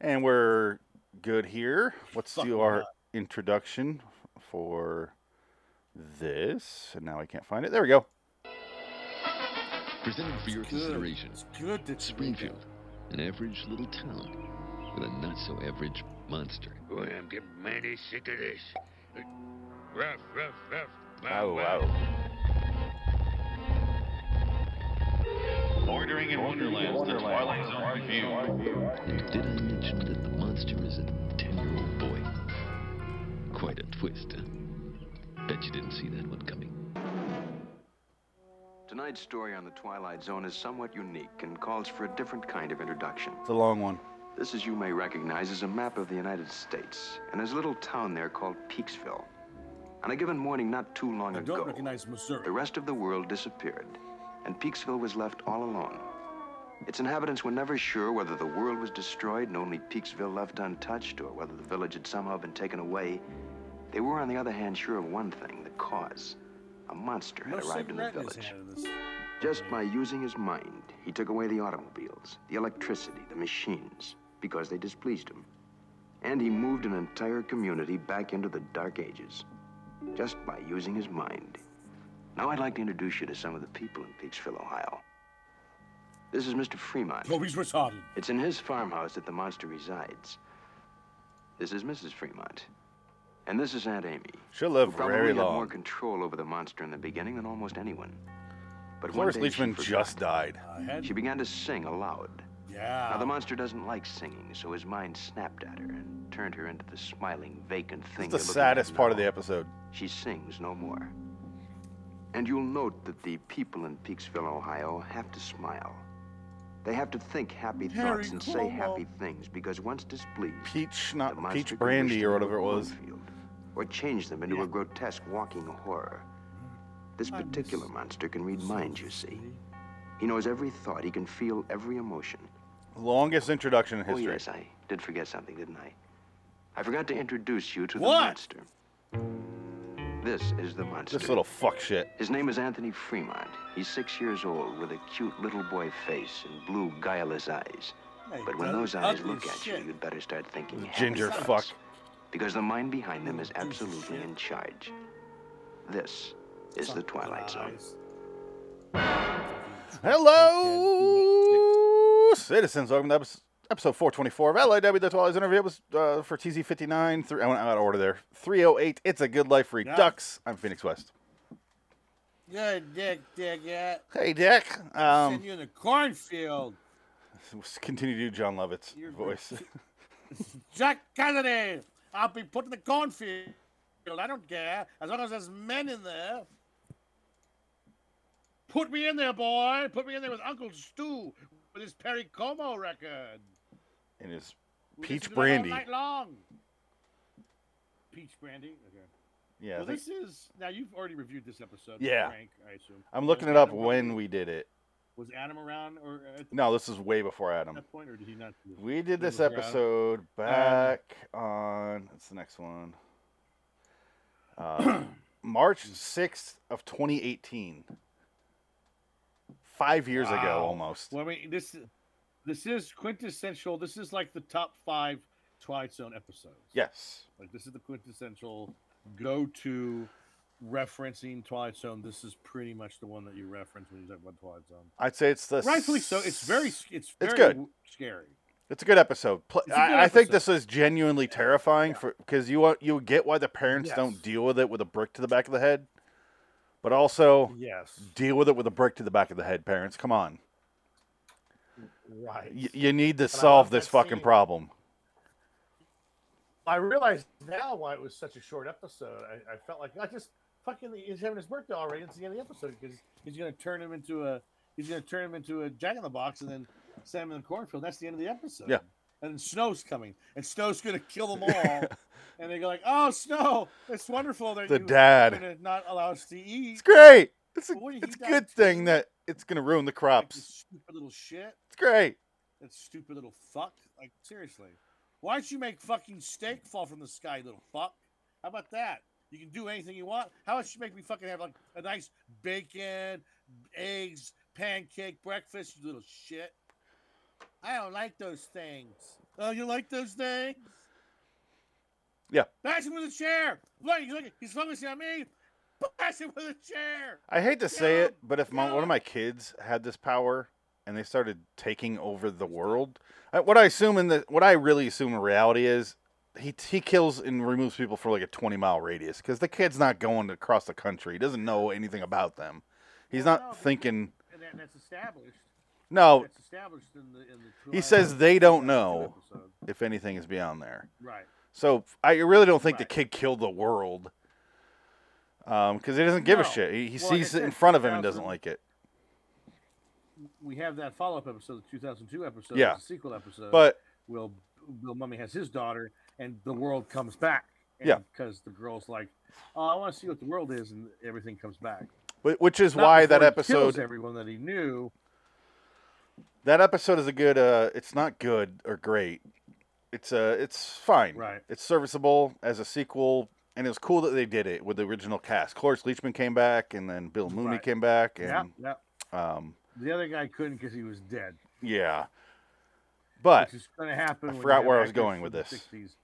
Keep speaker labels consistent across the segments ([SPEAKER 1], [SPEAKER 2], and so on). [SPEAKER 1] And we're good here. Let's do our introduction for this. And now I can't find it. There we go.
[SPEAKER 2] Presented for your consideration,
[SPEAKER 3] It's good that you wake
[SPEAKER 2] Springfield, an average little town with a not so average monster.
[SPEAKER 4] Boy, I'm getting mighty sick of this. Uh, Ruff, ruff, ruff.
[SPEAKER 1] Wow, wow.
[SPEAKER 5] Bordering in Wonderland, the Twilight Zone review.
[SPEAKER 2] And did I mention that the monster is a 10 year old boy? Quite a twist, huh? Bet you didn't see that one coming.
[SPEAKER 6] Tonight's story on the Twilight Zone is somewhat unique and calls for a different kind of introduction.
[SPEAKER 1] It's a long one.
[SPEAKER 6] This, as you may recognize, is a map of the United States, and there's a little town there called Peaksville. On a given morning not too long
[SPEAKER 3] I
[SPEAKER 6] ago,
[SPEAKER 3] don't recognize
[SPEAKER 6] the
[SPEAKER 3] Missouri.
[SPEAKER 6] rest of the world disappeared, and Peaksville was left all alone. Its inhabitants were never sure whether the world was destroyed and only Peaksville left untouched, or whether the village had somehow been taken away. They were, on the other hand, sure of one thing the cause. A monster
[SPEAKER 3] No
[SPEAKER 6] had arrived in the
[SPEAKER 3] cigarette in his
[SPEAKER 6] village.
[SPEAKER 3] hand in this.
[SPEAKER 6] Just by using his mind, he took away the automobiles, the electricity, the machines, because they displeased him. And he moved an entire community back into the Dark Ages, just by using his mind. Now I'd like to introduce you to some of the people in Peaksville, Ohio. This is Mr. Fremont.
[SPEAKER 3] Oh, he's retarded.
[SPEAKER 6] It's in his farmhouse that the monster resides. This is Mrs. Fremont. And this is Aunt Amy
[SPEAKER 1] She'll live
[SPEAKER 6] who probably
[SPEAKER 1] very
[SPEAKER 6] had more
[SPEAKER 1] long.
[SPEAKER 6] control over the monster in the beginning than almost anyone. But one
[SPEAKER 1] Cloris
[SPEAKER 6] day she
[SPEAKER 1] Leachman
[SPEAKER 6] forgot.
[SPEAKER 1] just died.
[SPEAKER 3] I had.
[SPEAKER 6] Mm. She began to sing aloud. Now the
[SPEAKER 3] Yeah.
[SPEAKER 6] monster doesn't like singing, so his mind snapped at her and turned her into the smiling, vacant thing.
[SPEAKER 1] This is the
[SPEAKER 6] you're looking at
[SPEAKER 1] saddest part of
[SPEAKER 6] now.
[SPEAKER 1] the episode.
[SPEAKER 6] She sings no more. And you'll note that the people in Peaksville, Ohio, have to smile. They have to think happy
[SPEAKER 3] Harry
[SPEAKER 6] thoughts and say
[SPEAKER 3] Cuomo.
[SPEAKER 6] happy things because once displeased,
[SPEAKER 1] Peach,
[SPEAKER 6] the
[SPEAKER 1] not
[SPEAKER 6] monster
[SPEAKER 1] peach
[SPEAKER 6] could
[SPEAKER 1] brandy
[SPEAKER 6] wish
[SPEAKER 1] or
[SPEAKER 6] them
[SPEAKER 1] whatever it
[SPEAKER 6] into a
[SPEAKER 1] was.
[SPEAKER 6] cornfield, Or change them into a grotesque walking horror. This particular monster can read minds, you see. He knows every thought, he can feel every emotion.
[SPEAKER 1] Longest introduction in
[SPEAKER 6] Oh,
[SPEAKER 1] history.
[SPEAKER 6] yes, I did forget something, didn't I? I forgot to introduce you to the
[SPEAKER 3] What?
[SPEAKER 6] monster. This is the monster.
[SPEAKER 1] This little fuck shit.
[SPEAKER 6] His name is Anthony Fremont. He's six years old with a cute little boy face and blue, guileless eyes.
[SPEAKER 3] Hey,
[SPEAKER 6] But when
[SPEAKER 3] brother,
[SPEAKER 6] those eyes
[SPEAKER 3] ugly
[SPEAKER 6] look at you,
[SPEAKER 3] shit.
[SPEAKER 6] you'd better start thinking. happy
[SPEAKER 1] Ginger
[SPEAKER 6] thoughts,
[SPEAKER 1] fuck.
[SPEAKER 6] Because the mind behind them is
[SPEAKER 3] Piece of
[SPEAKER 6] absolutely
[SPEAKER 3] shit.
[SPEAKER 6] in charge. This is the Twilight Zone.
[SPEAKER 1] Hello, citizens. Welcome to episode, episode 424 of LAW The Twilight Interview. It was uh, for TZ59. Three, I went out of order there. 308. It's a good life for you
[SPEAKER 3] Yeah.
[SPEAKER 1] ducks. I'm Phoenix West.
[SPEAKER 3] Good dick, dick. Yeah.
[SPEAKER 1] Hey, Dick.
[SPEAKER 3] Send
[SPEAKER 1] Um,
[SPEAKER 3] you in the cornfield.
[SPEAKER 1] s- continue to do John Lovett's
[SPEAKER 3] You're-
[SPEAKER 1] voice.
[SPEAKER 3] Jack Kennedy. I'll be put in the cornfield. I don't care. As long as there's men in there. Put me in there, boy. Put me in there with Uncle Stu with his Perry Como record.
[SPEAKER 1] and his
[SPEAKER 3] We
[SPEAKER 1] Peach
[SPEAKER 3] listen to that
[SPEAKER 1] brandy.
[SPEAKER 3] All night long. Peach brandy. Okay.
[SPEAKER 1] Yeah, I
[SPEAKER 3] well,
[SPEAKER 1] think-
[SPEAKER 3] this is now you've already reviewed this episode. with
[SPEAKER 1] Yeah.
[SPEAKER 3] Frank, I assume.
[SPEAKER 1] I'm
[SPEAKER 3] Was
[SPEAKER 1] looking it up
[SPEAKER 3] Adam-
[SPEAKER 1] when we did it.
[SPEAKER 3] was Adam around or uh, at
[SPEAKER 1] No, this is way before Adam.
[SPEAKER 3] that point, or did he not? do this?
[SPEAKER 1] Um, We did
[SPEAKER 3] This Um,
[SPEAKER 1] this
[SPEAKER 3] was around-
[SPEAKER 1] episode back on. It's the next one. Uh, March sixth of twenty eighteen. Five years ago,
[SPEAKER 3] Wow.
[SPEAKER 1] almost.
[SPEAKER 3] Well, I mean, this this is quintessential. This is like the top five Twilight Zone episodes.
[SPEAKER 1] Yes,
[SPEAKER 3] Like this is the quintessential go-to referencing Twilight Zone. This is pretty much the one that you reference when you talk about Twilight Zone.
[SPEAKER 1] I'd say it's the.
[SPEAKER 3] Rightfully so. It's very
[SPEAKER 1] s-
[SPEAKER 3] s- it's very
[SPEAKER 1] It's
[SPEAKER 3] w- scary.
[SPEAKER 1] It's a good episode. Pl-
[SPEAKER 3] It's a
[SPEAKER 1] I,
[SPEAKER 3] good
[SPEAKER 1] I think this
[SPEAKER 3] episode.
[SPEAKER 1] is genuinely terrifying for because you want- you get why the parents
[SPEAKER 3] Yes.
[SPEAKER 1] don't deal with it with a brick to the back of the head, but also
[SPEAKER 3] Yes.
[SPEAKER 1] deal with it with a brick to the back of the head. Parents, come on.
[SPEAKER 7] Right.
[SPEAKER 1] Y- you need to
[SPEAKER 7] I
[SPEAKER 1] solve
[SPEAKER 7] love
[SPEAKER 1] this
[SPEAKER 7] that
[SPEAKER 1] fucking
[SPEAKER 7] scene.
[SPEAKER 1] problem.
[SPEAKER 7] I realize now why it was such a short episode. I, I felt like I just fucking he's having his birthday already. It's the end of the episode because
[SPEAKER 3] He's gonna turn him into a he's gonna turn him into a jack in the box and then send him in the cornfield. That's the end of the episode.
[SPEAKER 1] Yeah.
[SPEAKER 3] And then snow's coming, and snow's gonna kill them all. and they go like, "Oh, snow! It's wonderful that
[SPEAKER 1] The
[SPEAKER 3] you
[SPEAKER 1] dad.
[SPEAKER 3] gonna not allow us to eat."
[SPEAKER 1] It's great. It's a,
[SPEAKER 3] But what did he
[SPEAKER 1] it's a
[SPEAKER 3] die
[SPEAKER 1] good
[SPEAKER 3] to?
[SPEAKER 1] thing that it's gonna ruin the
[SPEAKER 3] Like,
[SPEAKER 1] crops.
[SPEAKER 3] this stupid little shit.
[SPEAKER 1] It's great.
[SPEAKER 3] That stupid little fuck. Like seriously, why'd you make fucking steak fall from the sky, you little fuck? How about that? You can do anything you want. How about you make me fucking have like a nice bacon, eggs, pancake breakfast, you little shit? I don't like those things. Oh, you like those things?
[SPEAKER 1] Yeah.
[SPEAKER 3] Bash him with a chair. Look, he's, looking, he's focusing on me. Bash him with a chair.
[SPEAKER 1] I hate to say
[SPEAKER 3] No,
[SPEAKER 1] it, but if my, one
[SPEAKER 3] no.
[SPEAKER 1] of my kids had this power and they started taking over the world, I- what I assume in the what I really assume in reality is he he kills and removes people for like a twenty mile radius because the kid's not going across the country. He doesn't know anything about them. He's
[SPEAKER 3] Well,
[SPEAKER 1] not
[SPEAKER 3] no, but-
[SPEAKER 1] thinking.
[SPEAKER 3] And that, that's established.
[SPEAKER 1] No,
[SPEAKER 3] That's established in the in the.
[SPEAKER 1] Oh. He
[SPEAKER 3] Twilight
[SPEAKER 1] says they don't
[SPEAKER 3] Zone
[SPEAKER 1] know.
[SPEAKER 3] episode.
[SPEAKER 1] if anything is beyond there.
[SPEAKER 3] Right.
[SPEAKER 1] So I really don't think
[SPEAKER 3] Right.
[SPEAKER 1] the kid killed the world. Um, because he doesn't give a
[SPEAKER 3] No.
[SPEAKER 1] shit. He, he
[SPEAKER 3] Well,
[SPEAKER 1] sees
[SPEAKER 3] it
[SPEAKER 1] it in
[SPEAKER 3] says
[SPEAKER 1] front of him and doesn't
[SPEAKER 3] 2000
[SPEAKER 1] like it.
[SPEAKER 3] We have that follow up episode, the 2002 episode,
[SPEAKER 1] Yeah.
[SPEAKER 3] the sequel episode.
[SPEAKER 1] But
[SPEAKER 3] Will Will Mummy has his daughter, and the world comes back. And
[SPEAKER 1] Yeah.
[SPEAKER 3] Because the girl's like, oh, I want to see what the world is, and everything comes back.
[SPEAKER 1] whi- which is
[SPEAKER 3] Not
[SPEAKER 1] why that
[SPEAKER 3] before he kills
[SPEAKER 1] episode
[SPEAKER 3] everyone that he knew.
[SPEAKER 1] that episode is a good uh it's not good or great it's uh it's fine
[SPEAKER 3] Right.
[SPEAKER 1] it's serviceable as a sequel and it was cool that they did it with the original cast Cloris leachman came back and then bill mooney
[SPEAKER 3] Right.
[SPEAKER 1] came back
[SPEAKER 3] Yeah.
[SPEAKER 1] and
[SPEAKER 3] Yeah.
[SPEAKER 1] um
[SPEAKER 3] The other guy couldn't because he was dead.
[SPEAKER 1] yeah but
[SPEAKER 3] which is going to happen. when you
[SPEAKER 1] forgot
[SPEAKER 3] have
[SPEAKER 1] where I was
[SPEAKER 3] actors
[SPEAKER 1] going
[SPEAKER 3] from
[SPEAKER 1] with
[SPEAKER 3] the
[SPEAKER 1] this.
[SPEAKER 3] 60s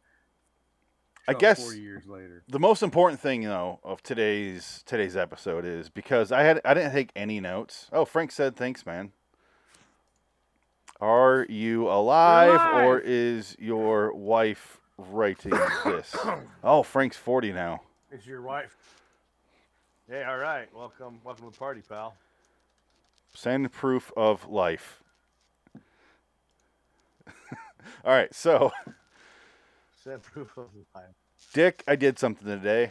[SPEAKER 1] I
[SPEAKER 3] shot
[SPEAKER 1] guess-
[SPEAKER 3] 40 years later.
[SPEAKER 1] the most important thing though of today's today's episode is because i had i didn't take any notes oh frank said thanks man are you alive. or
[SPEAKER 3] alive.
[SPEAKER 1] is your wife writing this oh frank's 40 now
[SPEAKER 7] Is your wife? Hey, all right. Welcome, welcome to the party, pal.
[SPEAKER 1] Send proof of life. All right, so
[SPEAKER 7] Send proof of life,
[SPEAKER 1] Dick, I did something today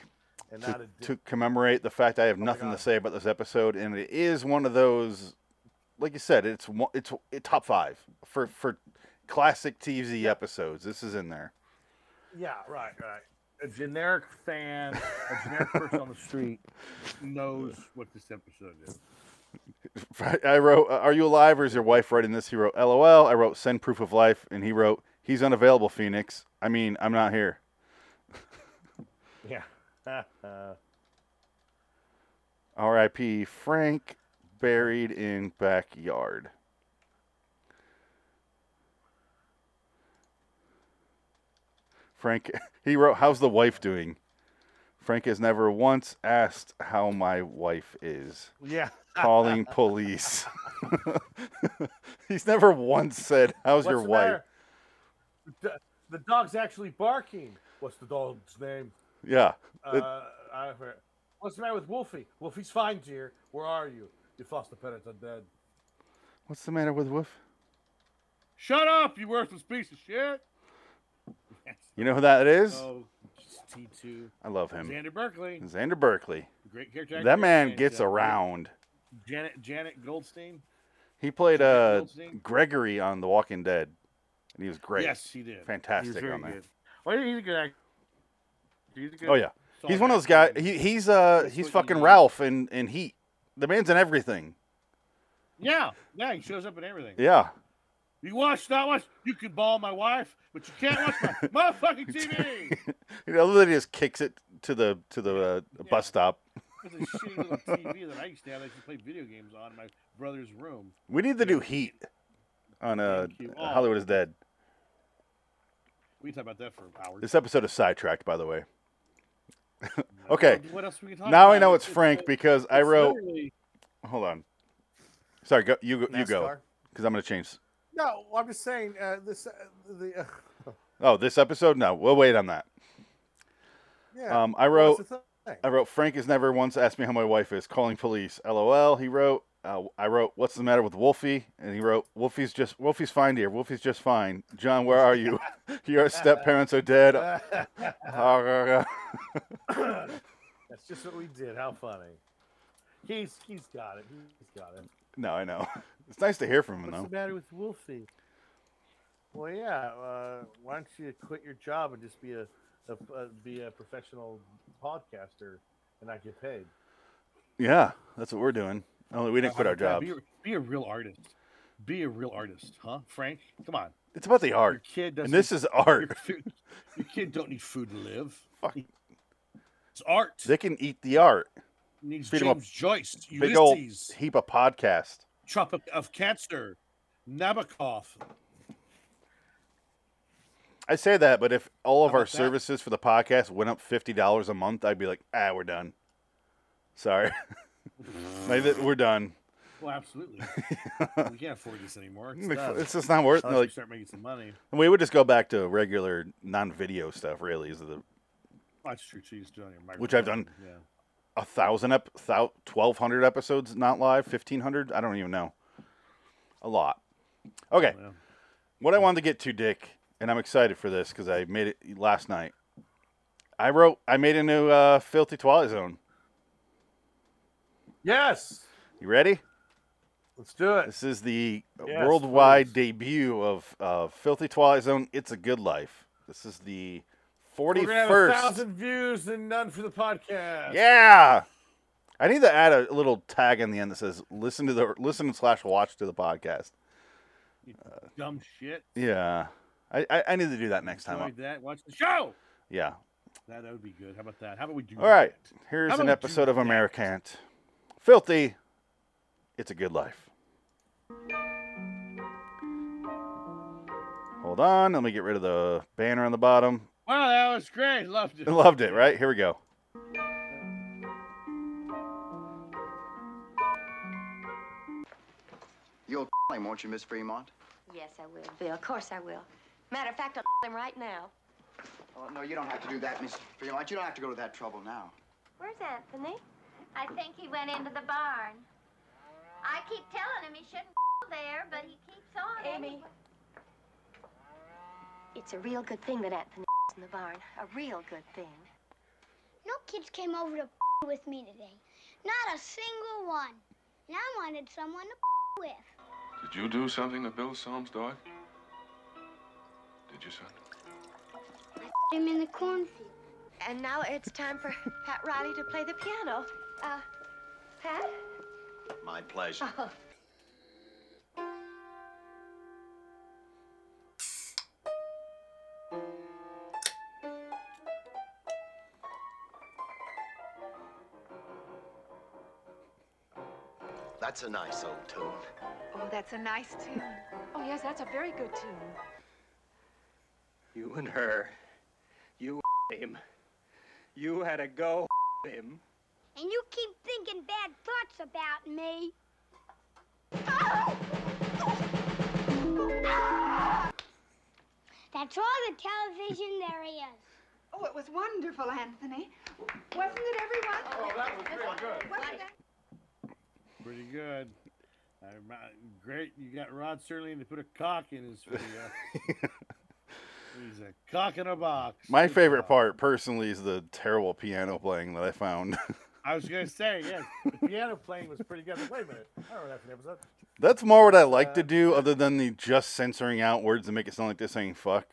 [SPEAKER 7] and not
[SPEAKER 1] to,
[SPEAKER 7] a Oh
[SPEAKER 1] to commemorate the fact I have nothing to
[SPEAKER 7] God.
[SPEAKER 1] say about this episode, and it is one of those, like you said, it's one, it's it, top five for for classic TV episodes. This is in there.
[SPEAKER 7] Yeah, right, right.
[SPEAKER 3] A generic fan, a generic person on the street knows what this episode is.
[SPEAKER 1] I wrote, "Uh, "Are you alive or is your wife writing this?" He wrote, "LOL." I wrote, "Send proof of life," and he wrote, "He's unavailable, Phoenix. I mean, I'm not here."
[SPEAKER 7] Yeah. Uh,
[SPEAKER 1] R.I.P. Frank, buried in backyard. Frank, he wrote, How's the wife doing? Frank has never once asked how my wife is.
[SPEAKER 7] yeah.
[SPEAKER 1] Calling police. He's never once said, How's your
[SPEAKER 7] the
[SPEAKER 1] wife?
[SPEAKER 7] matter? The, do- the dog's actually barking. What's the dog's name?
[SPEAKER 1] Yeah. It-
[SPEAKER 7] Uh, I forget. What's the matter with Wolfie? Wolfie's fine, dear. Where are you? Your foster parents are dead.
[SPEAKER 1] What's the matter with Wolf?
[SPEAKER 3] Shut up, you worthless piece of shit.
[SPEAKER 1] You know who that is?
[SPEAKER 3] Oh, T2.
[SPEAKER 1] I love him.
[SPEAKER 3] Xander Berkeley,
[SPEAKER 1] Xander Berkeley.
[SPEAKER 3] the great character. actor,
[SPEAKER 1] That man
[SPEAKER 3] and,
[SPEAKER 1] gets
[SPEAKER 3] uh,
[SPEAKER 1] around.
[SPEAKER 3] Janet Janet Goldstein.
[SPEAKER 1] He played
[SPEAKER 3] Jack
[SPEAKER 1] uh,
[SPEAKER 3] Goldstein?
[SPEAKER 1] Gregory on The Walking Dead, and he was great.
[SPEAKER 3] Yes, he did. he was
[SPEAKER 1] fantastic
[SPEAKER 3] very
[SPEAKER 1] on that.
[SPEAKER 3] good. Well, he's a good actor. He's a good
[SPEAKER 1] Oh yeah, he's
[SPEAKER 3] solid
[SPEAKER 1] one of those guys.
[SPEAKER 3] actor.
[SPEAKER 1] He, he's uh
[SPEAKER 3] That's
[SPEAKER 1] he's
[SPEAKER 3] what you
[SPEAKER 1] fucking
[SPEAKER 3] need.
[SPEAKER 1] Ralph in in Heat. The man's in everything.
[SPEAKER 3] yeah, yeah, he shows up in everything.
[SPEAKER 1] Yeah,
[SPEAKER 3] You watch, not watch. You can ball my wife, but you can't watch my motherfucking TV.
[SPEAKER 1] you know, literally just kicks it to the to the uh,
[SPEAKER 3] Yeah.
[SPEAKER 1] bus stop.
[SPEAKER 3] It's a shitty little TV that I used to have. that I used to play video games on in my brother's room.
[SPEAKER 1] We need to do Heat on uh
[SPEAKER 3] Thank you. Oh.
[SPEAKER 1] Hollywood is Dead.
[SPEAKER 3] We can talk about that for hours.
[SPEAKER 1] This episode is sidetracked, by the way.
[SPEAKER 3] I don't
[SPEAKER 1] okay.
[SPEAKER 3] know What else we can talk
[SPEAKER 1] Now
[SPEAKER 3] about?
[SPEAKER 1] I know it's Frank
[SPEAKER 3] it's
[SPEAKER 1] because I wrote.
[SPEAKER 3] literally-
[SPEAKER 1] Hold on. Sorry, go, you go, you go
[SPEAKER 7] NASCAR?
[SPEAKER 1] because I'm gonna change.
[SPEAKER 7] No, I'm just saying uh, this. Uh, the uh,
[SPEAKER 1] Oh, this episode? No, we'll wait on that.
[SPEAKER 7] yeah.
[SPEAKER 1] Um, I
[SPEAKER 7] well,
[SPEAKER 1] wrote.
[SPEAKER 7] that's the thing.
[SPEAKER 1] I wrote Frank has never once asked me how my wife is. Calling police. LOL. He wrote. Uh, I wrote, "What's the matter with Wolfie?" And he wrote, "Wolfie's just Wolfie's fine, dear. Wolfie's just fine. John, where are you? Your step parents are dead." Ah,
[SPEAKER 7] That's just what we did. How funny. He's he's got it. He's got it.
[SPEAKER 1] no, I know. It's nice to hear from him
[SPEAKER 7] What's
[SPEAKER 1] though.
[SPEAKER 7] the matter with Wolfie? Well, yeah. Uh, why don't you quit your job and just be a, a, a be a professional podcaster and not get paid?
[SPEAKER 1] Yeah, that's what we're doing. Only we didn't quit our
[SPEAKER 3] Yeah,
[SPEAKER 1] job.
[SPEAKER 3] be, a- be a real artist. Be a real artist, huh, Frank? Come on.
[SPEAKER 1] It's about the
[SPEAKER 3] Your
[SPEAKER 1] art,
[SPEAKER 3] kid doesn't.
[SPEAKER 1] and this is
[SPEAKER 3] your,
[SPEAKER 1] art.
[SPEAKER 3] food- your kid don't need food to live.
[SPEAKER 1] Fuck.
[SPEAKER 3] It's art.
[SPEAKER 1] They can eat the art.
[SPEAKER 3] needs
[SPEAKER 1] feed
[SPEAKER 3] James
[SPEAKER 1] 'em a
[SPEAKER 3] Joyce,
[SPEAKER 1] Big old
[SPEAKER 3] Ulysses,
[SPEAKER 1] heap of podcast.
[SPEAKER 3] Tropic of Cancer, Nabokov.
[SPEAKER 1] I say that, but if all of
[SPEAKER 3] How
[SPEAKER 1] our
[SPEAKER 3] about that?
[SPEAKER 1] services for the podcast went up fifty dollars a month, I'd be like, ah, we're done. Sorry, Like, th- we're done.
[SPEAKER 3] Well, absolutely. we can't afford this anymore. It's,
[SPEAKER 1] Like,
[SPEAKER 3] done.
[SPEAKER 1] It's just not worth.
[SPEAKER 3] Unless we
[SPEAKER 1] Like
[SPEAKER 3] start making some money.
[SPEAKER 1] we would just go back to regular non-video stuff. Really, is the
[SPEAKER 3] Well, that's true. too. You used to do it on your microphone.
[SPEAKER 1] Which I've done.
[SPEAKER 3] Yeah.
[SPEAKER 1] a thousand up, thou, twelve hundred episodes not live, fifteen hundred. I don't even know. A lot. Okay,
[SPEAKER 3] Well,
[SPEAKER 1] what I wanted to get to, Dick, and I'm excited for this because I made it last night. I wrote, I made a new uh, filthy twilight zone.
[SPEAKER 7] Yes,
[SPEAKER 1] You ready?
[SPEAKER 7] let's do it.
[SPEAKER 1] This is the
[SPEAKER 7] Yes,
[SPEAKER 1] worldwide
[SPEAKER 7] please.
[SPEAKER 1] debut of uh, Filthy Twilight Zone. It's a good life. This is the
[SPEAKER 7] We're gonna have a
[SPEAKER 1] 41st.
[SPEAKER 7] thousand views and none for the podcast.
[SPEAKER 1] Yeah. I need to add a little tag on the end that says "listen to the listen slash watch to the podcast."
[SPEAKER 3] dumb shit.
[SPEAKER 1] Yeah, I, I, I need to do that next time.
[SPEAKER 3] Enjoyed that. Watch the show.
[SPEAKER 1] Yeah.
[SPEAKER 3] That, that would be good. How about that? How about we do
[SPEAKER 1] All right.
[SPEAKER 3] that?
[SPEAKER 1] Here's
[SPEAKER 3] How
[SPEAKER 1] an
[SPEAKER 3] about
[SPEAKER 1] episode
[SPEAKER 3] you
[SPEAKER 1] of
[SPEAKER 3] next?
[SPEAKER 1] Americant. Filthy. It's a good life. Hold on. Let me get rid of the banner on the bottom.
[SPEAKER 3] Wow, that was great. Loved it.
[SPEAKER 1] Loved it, right? Here we go.
[SPEAKER 6] You'll him, won't you, Miss Fremont?
[SPEAKER 8] Yes, I will, Bill. Of course I will. Matter of fact, I'll him right now.
[SPEAKER 6] Oh, no, you don't have to do that, Miss Fremont. You don't have to go to that trouble now.
[SPEAKER 8] Where's Anthony?
[SPEAKER 9] I think he went into the barn. I keep telling him he shouldn't there, but he keeps on.
[SPEAKER 8] Amy. It's a real good thing that Anthony's in the barn. A real good thing.
[SPEAKER 9] No kids came over to with me today. Not a single one. And I wanted someone to with.
[SPEAKER 5] Did you do something to Bill Soames' dog? Did you, son?
[SPEAKER 9] I him in the cornfield.
[SPEAKER 8] And now it's time for Pat Riley to play the piano. Uh, Pat?
[SPEAKER 6] My pleasure. That's a nice old tune.
[SPEAKER 10] Oh, that's a nice tune. Oh, yes, that's a very good tune.
[SPEAKER 6] You and her. You him. You had to go him.
[SPEAKER 9] And you keep thinking bad thoughts about me. That's all the television there is.
[SPEAKER 10] Oh, it was wonderful, Anthony. Wasn't it, everyone? Oh, that was really good. Wasn't that?
[SPEAKER 3] Pretty good. I remi- great. You got Rod Serling to put a cock in his video. He's a cock in a box.
[SPEAKER 1] My
[SPEAKER 3] Good
[SPEAKER 1] favorite
[SPEAKER 3] job.
[SPEAKER 1] part, personally, is the terrible piano playing that I found.
[SPEAKER 3] I was gonna say, yeah.
[SPEAKER 7] Piano playing was pretty good. Wait a minute, I remember that from the episode.
[SPEAKER 1] That's more what I like to do, other than the just censoring out words that make it sound like they're saying "fuck."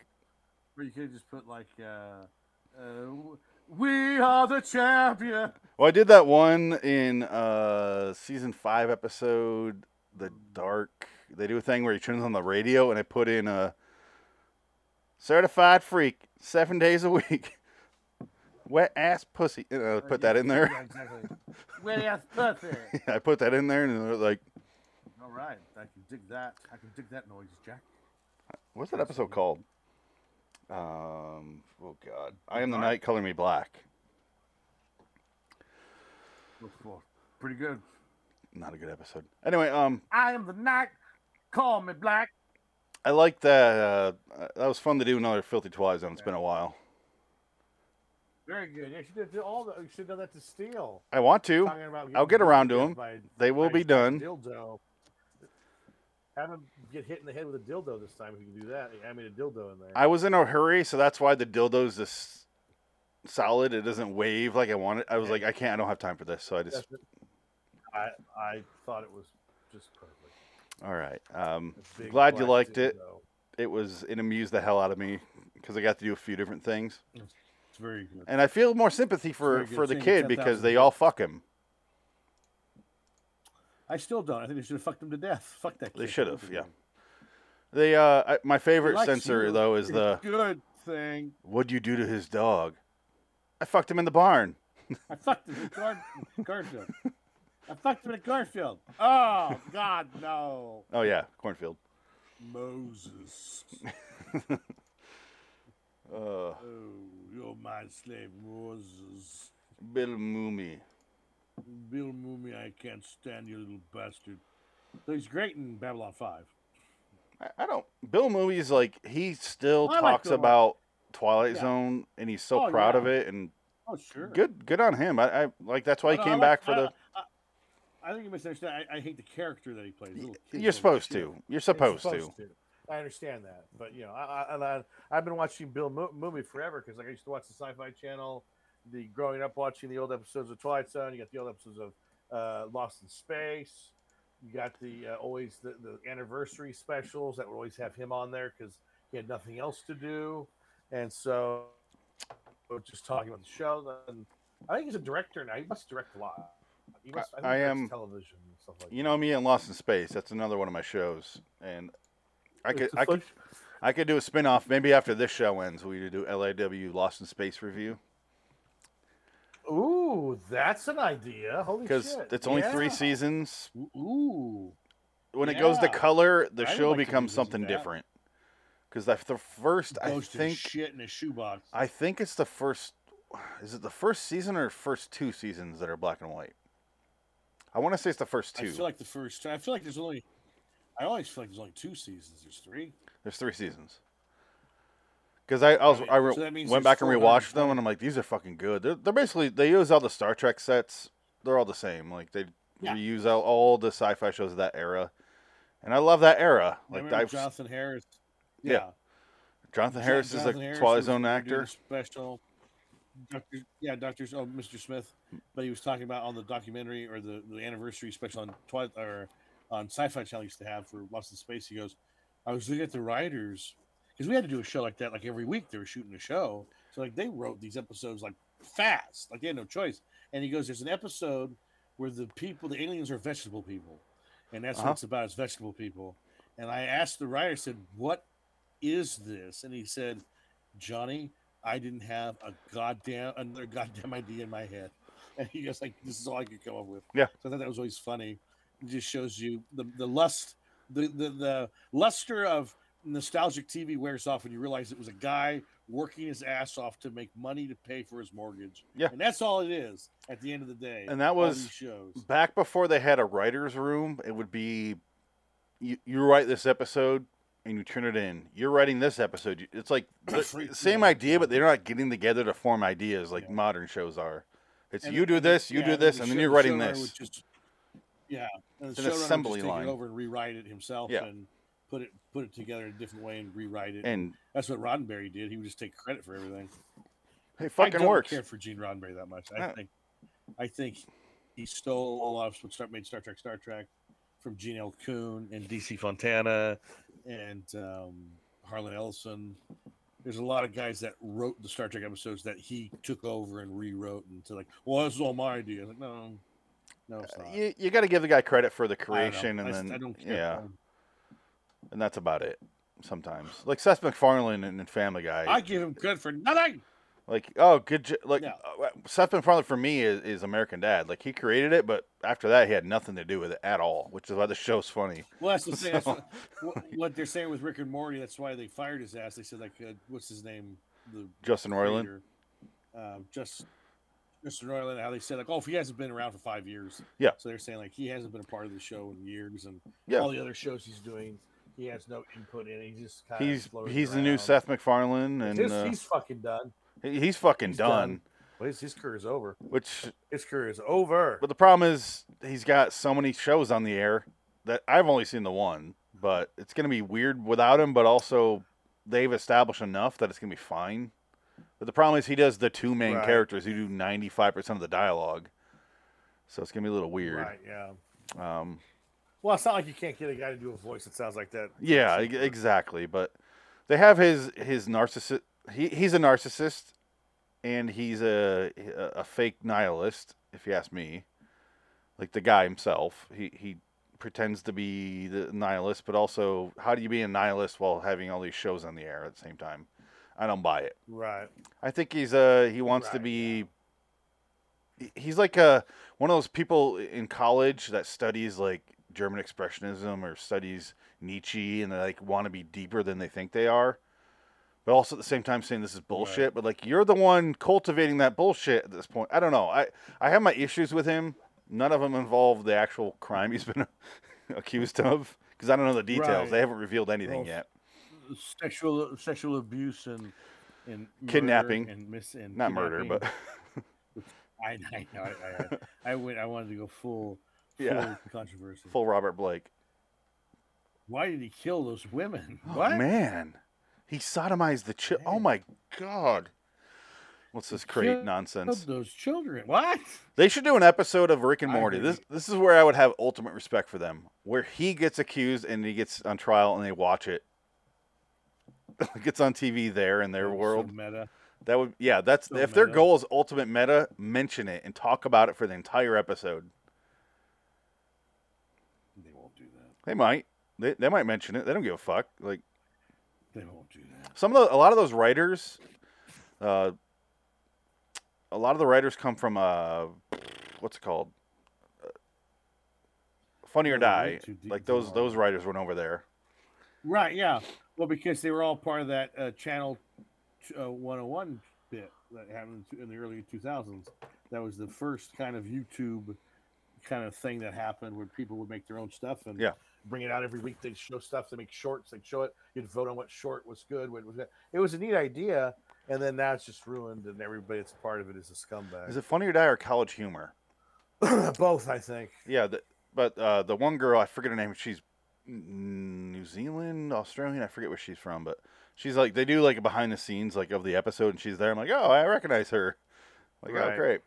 [SPEAKER 3] Or you could just put like, uh, uh, "We are the champion."
[SPEAKER 1] Well, I did that one in uh, season five episode "The Dark." They do a thing where he turns on the radio, and I put in a certified freak seven days a week, wet ass pussy. And I put that in
[SPEAKER 3] Yeah,
[SPEAKER 1] there.
[SPEAKER 3] exactly. We are perfect.
[SPEAKER 1] I put that in there, and they're like,
[SPEAKER 3] All right, I can dig that. I can dig that noise, Jack.
[SPEAKER 1] What's that episode called? Um, oh God, I am the night. Color me black.
[SPEAKER 3] Look for pretty good.
[SPEAKER 1] Not a good episode. Anyway, um,
[SPEAKER 3] I am the night. Call me black.
[SPEAKER 1] I like that. Uh, uh, that was fun to do another Filthy Twilight Zone. It's been a while.
[SPEAKER 3] Very good.
[SPEAKER 7] You should do all the, you should have done that to Steel.
[SPEAKER 1] I want to.
[SPEAKER 7] Talking about
[SPEAKER 1] I'll
[SPEAKER 7] getting
[SPEAKER 1] get around to
[SPEAKER 7] hit
[SPEAKER 1] them.
[SPEAKER 7] by-
[SPEAKER 1] They will
[SPEAKER 7] by
[SPEAKER 1] be
[SPEAKER 7] a
[SPEAKER 1] done.
[SPEAKER 7] Dildo. Have him get hit in the head with a dildo this time. If you can do that, I mean a dildo in there.
[SPEAKER 1] I was in a hurry, so that's why the dildo's this solid. It doesn't wave like I want it. I was like, I can't. I don't have time for this. So I just.
[SPEAKER 7] That's it. I I thought it was just perfect.
[SPEAKER 1] All right. Um,
[SPEAKER 7] A big
[SPEAKER 1] glad you
[SPEAKER 7] black
[SPEAKER 1] liked it.
[SPEAKER 7] dildo.
[SPEAKER 1] It was. It amused the hell out of me because I got to do a few different things,
[SPEAKER 3] It's very good.
[SPEAKER 1] and I feel more sympathy for
[SPEAKER 3] Very good
[SPEAKER 1] for the
[SPEAKER 3] thing,
[SPEAKER 1] kid
[SPEAKER 3] 10,000
[SPEAKER 1] because they all fuck him.
[SPEAKER 3] I still don't. I think they should have fucked him to death. Fuck that.
[SPEAKER 1] They
[SPEAKER 3] kid.
[SPEAKER 1] should have. Yeah. They. Uh, I, my favorite
[SPEAKER 3] Likes
[SPEAKER 1] censor
[SPEAKER 3] you.
[SPEAKER 1] though is the
[SPEAKER 3] good thing.
[SPEAKER 1] "What'd you do to his dog?" I fucked him in the barn.
[SPEAKER 3] I fucked him at Gar- Garfield. I fucked him at Garfield. Oh God, no,
[SPEAKER 1] Oh yeah, cornfield.
[SPEAKER 3] Moses.
[SPEAKER 1] Uh,
[SPEAKER 3] Oh, you're my slave, Moses.
[SPEAKER 1] Bill Mooney.
[SPEAKER 3] Bill Mooney, I can't stand you, little bastard. So he's great in Babylon 5.
[SPEAKER 1] I, I don't. Bill Mooney's like he still
[SPEAKER 3] I like
[SPEAKER 1] talks
[SPEAKER 3] Bill Mooney.
[SPEAKER 1] about Twilight
[SPEAKER 3] Yeah.
[SPEAKER 1] Zone, and he's so
[SPEAKER 3] Oh,
[SPEAKER 1] proud
[SPEAKER 3] yeah.
[SPEAKER 1] of it. And
[SPEAKER 3] Oh, sure.
[SPEAKER 1] good, good on him. I, I like that's why he
[SPEAKER 3] No, no,
[SPEAKER 1] came
[SPEAKER 3] I
[SPEAKER 1] back
[SPEAKER 3] like-
[SPEAKER 1] for
[SPEAKER 3] I-
[SPEAKER 1] the.
[SPEAKER 3] I, I think you misunderstand. I, I hate the character that he plays. Little kid
[SPEAKER 1] You're
[SPEAKER 3] little
[SPEAKER 1] supposed
[SPEAKER 3] shit.
[SPEAKER 1] to. You're supposed, to.
[SPEAKER 7] I understand that, but you know, I, I, and I I've been watching Bill Mo- movie forever because like I used to watch the Sci-Fi Channel, the growing up watching the old episodes of Twilight Zone. You got the old episodes of uh, Lost in Space. You got the uh, always the, the anniversary specials that would always have him on there because he had nothing else to do, and so we we're just talking about the show. Then I think he's a director now. He must direct a lot. He must, think
[SPEAKER 1] I
[SPEAKER 7] he directs
[SPEAKER 1] am-
[SPEAKER 7] television and stuff like
[SPEAKER 1] You know me and Lost in Space. That's another one of my shows, and I
[SPEAKER 7] It's
[SPEAKER 1] could,
[SPEAKER 7] just
[SPEAKER 1] I could,
[SPEAKER 7] like-
[SPEAKER 1] I could do a spin off. Maybe after this show ends, we do LAW Lost in Space review
[SPEAKER 7] that. Ooh, that's an idea.
[SPEAKER 3] Oh,
[SPEAKER 7] Holy shit!
[SPEAKER 1] because it's only three
[SPEAKER 7] Yeah.
[SPEAKER 1] seasons.
[SPEAKER 3] Ooh.
[SPEAKER 1] When it goes to
[SPEAKER 3] Yeah.
[SPEAKER 1] color, the
[SPEAKER 3] I would
[SPEAKER 1] show
[SPEAKER 3] like to
[SPEAKER 1] becomes
[SPEAKER 3] revisit
[SPEAKER 1] something
[SPEAKER 3] that.
[SPEAKER 1] different. Because the, the first, I
[SPEAKER 3] Ghost and
[SPEAKER 1] think,
[SPEAKER 3] shit in a shoebox.
[SPEAKER 1] I think it's the first. Is it the first season or first two seasons that are black and white? I want to say it's the first
[SPEAKER 3] I
[SPEAKER 1] two.
[SPEAKER 3] feel like the first time. I feel like there's only. I always feel like there's only two seasons. There's three.
[SPEAKER 1] There's three seasons. Because I I, was, I re-
[SPEAKER 3] So that means
[SPEAKER 1] went
[SPEAKER 3] there's
[SPEAKER 1] back and
[SPEAKER 3] 420.
[SPEAKER 1] rewatched them, and I'm like, these are fucking good. They're, they're basically they use all the Star Trek sets. They're all the same. Like they
[SPEAKER 3] Yeah.
[SPEAKER 1] reuse all, all the sci-fi shows of that era, and I love that era.
[SPEAKER 3] I
[SPEAKER 1] Like
[SPEAKER 3] remember
[SPEAKER 1] I've, Jonathan,
[SPEAKER 3] Jonathan Harris.
[SPEAKER 1] Yeah.
[SPEAKER 3] Jo-
[SPEAKER 1] Harris is
[SPEAKER 3] Jonathan
[SPEAKER 1] a
[SPEAKER 3] Harris
[SPEAKER 1] Twilight
[SPEAKER 3] was
[SPEAKER 1] Zone
[SPEAKER 3] doing
[SPEAKER 1] actor.
[SPEAKER 3] a Special. Doctor, yeah, Doctor. Oh, Mr. Smith. But he was talking about on the documentary or the, the anniversary special on Twilight or on Sci-Fi Channel used to have for Lost in Space. He goes, I was looking at the writers because we had to do a show like that. Like every week they were shooting a show, so like they wrote these episodes like fast. Like they had no choice. And he goes, "There's an episode where the people, the aliens, are vegetable people, and that's
[SPEAKER 1] Uh-huh.
[SPEAKER 3] what it's about. It's vegetable people." And I asked the writer, I said, "What is this?" And he said, "Johnny, I didn't have a goddamn another goddamn idea in my head." And he goes, "Like this is all I could come up with."
[SPEAKER 1] Yeah.
[SPEAKER 3] So I thought that was always funny. It just shows you the the lust, the the, the luster of nostalgic TV wears off when you realize it was a guy working his ass off to make money to pay for his mortgage.
[SPEAKER 1] Yeah.
[SPEAKER 3] And that's all it is at the end of the day.
[SPEAKER 1] And that
[SPEAKER 3] all
[SPEAKER 1] was-
[SPEAKER 3] these shows.
[SPEAKER 1] Back before they had a writers' room, it would be you, you write this episode and you turn it in. You're writing this episode. You- It's like the
[SPEAKER 3] Freak,
[SPEAKER 1] same
[SPEAKER 3] yeah.
[SPEAKER 1] idea, but they're not getting together to form ideas like
[SPEAKER 3] Yeah.
[SPEAKER 1] modern shows are. It's
[SPEAKER 3] And
[SPEAKER 1] you
[SPEAKER 3] then-
[SPEAKER 1] do
[SPEAKER 3] and then-
[SPEAKER 1] this, you
[SPEAKER 3] yeah,
[SPEAKER 1] do this,
[SPEAKER 3] the
[SPEAKER 1] and then
[SPEAKER 3] show-
[SPEAKER 1] you're
[SPEAKER 3] the
[SPEAKER 1] writing
[SPEAKER 3] showrunner
[SPEAKER 1] this.
[SPEAKER 3] would just- yeah, and
[SPEAKER 1] It's
[SPEAKER 3] the
[SPEAKER 1] an
[SPEAKER 3] showrunner would just
[SPEAKER 1] assembly
[SPEAKER 3] take it
[SPEAKER 1] line.
[SPEAKER 3] over and rewrite it himself
[SPEAKER 1] Yeah.
[SPEAKER 3] and put it put it together in a different way and rewrite it.
[SPEAKER 1] And
[SPEAKER 3] that's what Roddenberry did. He would just take credit for everything.
[SPEAKER 1] it
[SPEAKER 3] I
[SPEAKER 1] fucking
[SPEAKER 3] don't
[SPEAKER 1] works.
[SPEAKER 3] care for Gene Roddenberry that much. I
[SPEAKER 1] Uh.
[SPEAKER 3] think I think he stole a lot of what Star- made Star Trek Star Trek from Gene L. Coon and DC Fontana and um, Harlan Ellison. There's a lot of guys that wrote the Star Trek episodes that he took over and rewrote and to like, well, this is all my idea. Like, no, no, it's not.
[SPEAKER 1] You, you got to give the guy credit for the
[SPEAKER 3] I don't know.
[SPEAKER 1] Uh, creation,
[SPEAKER 3] I
[SPEAKER 1] and
[SPEAKER 3] s-
[SPEAKER 1] then
[SPEAKER 3] I don't care.
[SPEAKER 1] yeah,
[SPEAKER 3] for 'em.
[SPEAKER 1] and that's about it. Sometimes, like Seth MacFarlane and, and Family Guy,
[SPEAKER 3] I give him credit for nothing.
[SPEAKER 1] like oh good, j- like
[SPEAKER 3] Yeah.
[SPEAKER 1] uh, Seth MacFarlane for me is, is American Dad. Like he created it, but after that he had nothing to do with it at all, which is why the show's funny.
[SPEAKER 3] Well, that's the thing. That's
[SPEAKER 1] So-
[SPEAKER 3] what, wh- what they're saying with Rick and Morty. That's why they fired his ass. They said like, uh, what's his name? The
[SPEAKER 1] Justin Roiland,
[SPEAKER 3] creator, Um, just Justin Roiland, how they said like, oh, if he hasn't been around for five years,
[SPEAKER 1] Yeah.
[SPEAKER 3] So they're saying like he hasn't been a part of the show in years, and
[SPEAKER 1] yeah,
[SPEAKER 7] all the other shows he's doing, he has no input in. He just kind
[SPEAKER 1] he's
[SPEAKER 7] of floats
[SPEAKER 1] he's the new
[SPEAKER 7] around.
[SPEAKER 1] Seth MacFarlane, and
[SPEAKER 7] His-
[SPEAKER 1] uh,
[SPEAKER 7] he's fucking done.
[SPEAKER 1] he- he's fucking
[SPEAKER 7] he's
[SPEAKER 1] done,
[SPEAKER 7] done. Well, his, his career is over.
[SPEAKER 1] Which,
[SPEAKER 7] His career is over.
[SPEAKER 1] but the problem is he's got so many shows on the air that I've only seen the one, but it's gonna be weird without him. But also, they've established enough that it's gonna be fine. But the problem is he does the two main
[SPEAKER 7] Right.
[SPEAKER 1] characters who do ninety five percent of the dialogue, so it's gonna be a little weird.
[SPEAKER 7] Right? Yeah.
[SPEAKER 1] Um,
[SPEAKER 7] Well, it's not like you can't get a guy to do a voice that sounds like that.
[SPEAKER 1] Yeah, e- exactly. But they have his his narcissist. He he's a narcissist, and he's a a a fake nihilist. If you ask me, like the guy himself, he he pretends to be the nihilist, but also how do you be a nihilist while having all these shows on the air at the same time? I don't buy it.
[SPEAKER 7] Right.
[SPEAKER 1] I think he's uh he wants to
[SPEAKER 7] Right,
[SPEAKER 1] be. he- He's like a one of those people in college that studies like German expressionism or studies Nietzsche and they like want to be deeper than they think they are. but also at the same time saying this is bullshit. But like you're the one cultivating that bullshit at this point. I don't know. I I have my issues with him. None of them involve the actual crime he's been accused of because I don't know the details.
[SPEAKER 3] Right.
[SPEAKER 1] They haven't revealed anything
[SPEAKER 3] Well,
[SPEAKER 1] yet.
[SPEAKER 3] sexual sexual abuse and and murder
[SPEAKER 1] Kidnapping,
[SPEAKER 3] and mis- and
[SPEAKER 1] not murder, but
[SPEAKER 3] kidnapping. I, I know. I, I, I went. I wanted to go full.
[SPEAKER 1] yeah,
[SPEAKER 3] full controversy.
[SPEAKER 1] full Robert Blake.
[SPEAKER 3] Why did he kill those women?
[SPEAKER 1] Oh,
[SPEAKER 3] what
[SPEAKER 1] man, he sodomized the chick. Oh my god, what's this
[SPEAKER 3] Killed
[SPEAKER 1] crate nonsense?
[SPEAKER 3] Those children. What?
[SPEAKER 1] They should do an episode of Rick and
[SPEAKER 3] I
[SPEAKER 1] Morty.
[SPEAKER 3] agree.
[SPEAKER 1] This this is where I would have ultimate respect for them, where he gets accused and he gets on trial and they watch it. it gets on TV there in their world.
[SPEAKER 3] meta.
[SPEAKER 1] That would yeah. That's
[SPEAKER 3] So
[SPEAKER 1] if their
[SPEAKER 3] meta.
[SPEAKER 1] goal is ultimate meta, mention it and talk about it for the entire episode.
[SPEAKER 3] They won't do that.
[SPEAKER 1] They might. They, they might mention it. They don't give a fuck. Like
[SPEAKER 3] They won't do that.
[SPEAKER 1] some of the, a lot of those writers, uh, a lot of the writers come from uh, what's it called? Uh, Funny or
[SPEAKER 3] Yeah, way
[SPEAKER 1] Die.
[SPEAKER 3] too deep
[SPEAKER 1] Like
[SPEAKER 3] for
[SPEAKER 1] those
[SPEAKER 3] all
[SPEAKER 1] those writers went over there.
[SPEAKER 3] Right. Yeah. Well, because they were all part of that uh, channel t- uh, 101 bit that happened in the early 2000s. That was the first kind of YouTube kind of thing that happened where people would make their own stuff and
[SPEAKER 1] Yeah.
[SPEAKER 7] bring it out every week. They'd show stuff. They make shorts. They'd show it. You'd vote on what short was good. What was bad. It was a neat idea, and then now it's just ruined, and everybody that's part of it is a scumbag.
[SPEAKER 1] Is it Funny or Die or College Humor?
[SPEAKER 7] both? I think.
[SPEAKER 1] Yeah, the, but uh, the one girl I forget her name. She's n- New Zealand, Australian. I forget where she's from, but she's like they do like a behind the scenes like of the episode, and she's there. I'm like, oh, I recognize her. Like,
[SPEAKER 7] Right.
[SPEAKER 1] oh, great.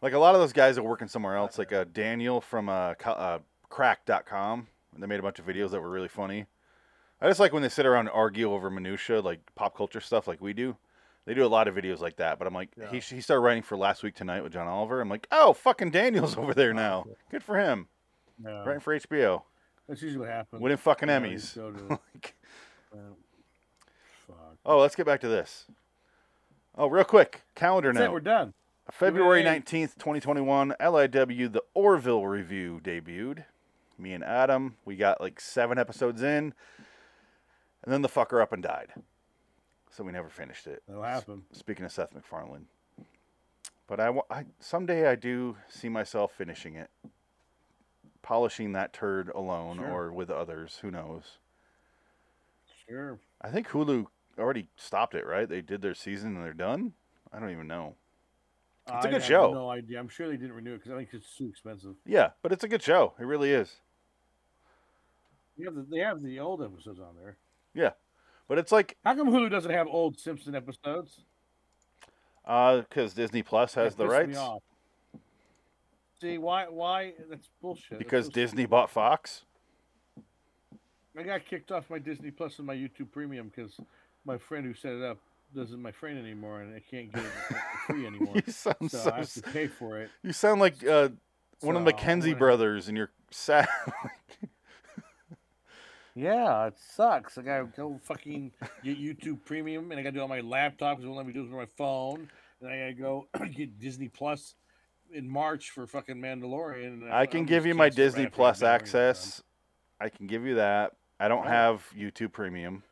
[SPEAKER 1] Like a lot of those guys are working somewhere else. Like uh, Daniel from uh, co- uh, Crack.com, and they made a bunch of videos that were really funny. I just like when they sit around and argue over minutia, like pop culture stuff, like we do. They do a lot of videos like that, but I'm like,
[SPEAKER 7] Yeah.
[SPEAKER 1] he, he started writing for Last Week Tonight with John Oliver. I'm like, oh, fucking Daniel's over there now. Good for him.
[SPEAKER 3] No.
[SPEAKER 1] Writing for HBO.
[SPEAKER 3] That's usually what happens.
[SPEAKER 1] Winning fucking
[SPEAKER 3] Yeah, you
[SPEAKER 1] Emmys.
[SPEAKER 3] go to-
[SPEAKER 1] Like,
[SPEAKER 3] uh, fuck.
[SPEAKER 1] oh, let's get back to this. Oh, real quick, calendar
[SPEAKER 3] That's it,
[SPEAKER 1] note.
[SPEAKER 3] we're done.
[SPEAKER 1] February
[SPEAKER 3] Hooray.
[SPEAKER 1] 19th, 2021, LIW The Orville Review debuted. Me and Adam, we got like seven episodes in, and then the fucker up and died. So we never finished it.
[SPEAKER 3] That'll happen.
[SPEAKER 1] Speaking of Seth MacFarlane. But I, wa- I someday I do see myself finishing it. Polishing that turd alone
[SPEAKER 3] Sure.
[SPEAKER 1] or with others, who knows.
[SPEAKER 3] Sure.
[SPEAKER 1] I think Hulu already stopped it, right? They did their season and they're done. I don't even know. It's a
[SPEAKER 3] I
[SPEAKER 1] good
[SPEAKER 3] have
[SPEAKER 1] show.
[SPEAKER 3] No idea. I'm sure they didn't renew it because I think it's too expensive.
[SPEAKER 1] Yeah, but it's a good show. It really is.
[SPEAKER 3] They have the, they have the old episodes on there.
[SPEAKER 1] Yeah, but it's like
[SPEAKER 3] How come Hulu doesn't have old Simpson episodes?
[SPEAKER 1] because uh, Disney Plus has
[SPEAKER 3] That
[SPEAKER 1] the
[SPEAKER 3] pissed me
[SPEAKER 1] rights
[SPEAKER 3] off. See why? Why that's bullshit. That's
[SPEAKER 1] because
[SPEAKER 3] so
[SPEAKER 1] Disney bought Fox.
[SPEAKER 3] I got kicked off my Disney Plus and my YouTube Premium because my friend who set it up doesn't my friend anymore, and I can't get it for free anymore.
[SPEAKER 1] You sound
[SPEAKER 3] so,
[SPEAKER 1] so
[SPEAKER 3] I have to
[SPEAKER 1] s-
[SPEAKER 3] pay for it.
[SPEAKER 1] You sound like uh, one of the
[SPEAKER 3] So,
[SPEAKER 1] McKenzie
[SPEAKER 3] what-
[SPEAKER 1] brothers, and you're sad.
[SPEAKER 3] Yeah, it sucks. I gotta go fucking get YouTube Premium, and I gotta do it on my laptop because it won't let me do it through my phone. And I gotta go get Disney Plus in March for fucking Mandalorian. and
[SPEAKER 1] I
[SPEAKER 3] I'm-
[SPEAKER 1] can
[SPEAKER 3] I'm
[SPEAKER 1] give you my
[SPEAKER 3] canceled
[SPEAKER 1] Disney
[SPEAKER 3] right after
[SPEAKER 1] Plus
[SPEAKER 3] Mandalorian, so-
[SPEAKER 1] access. I can give you that. I don't
[SPEAKER 3] Alright.
[SPEAKER 1] have YouTube Premium.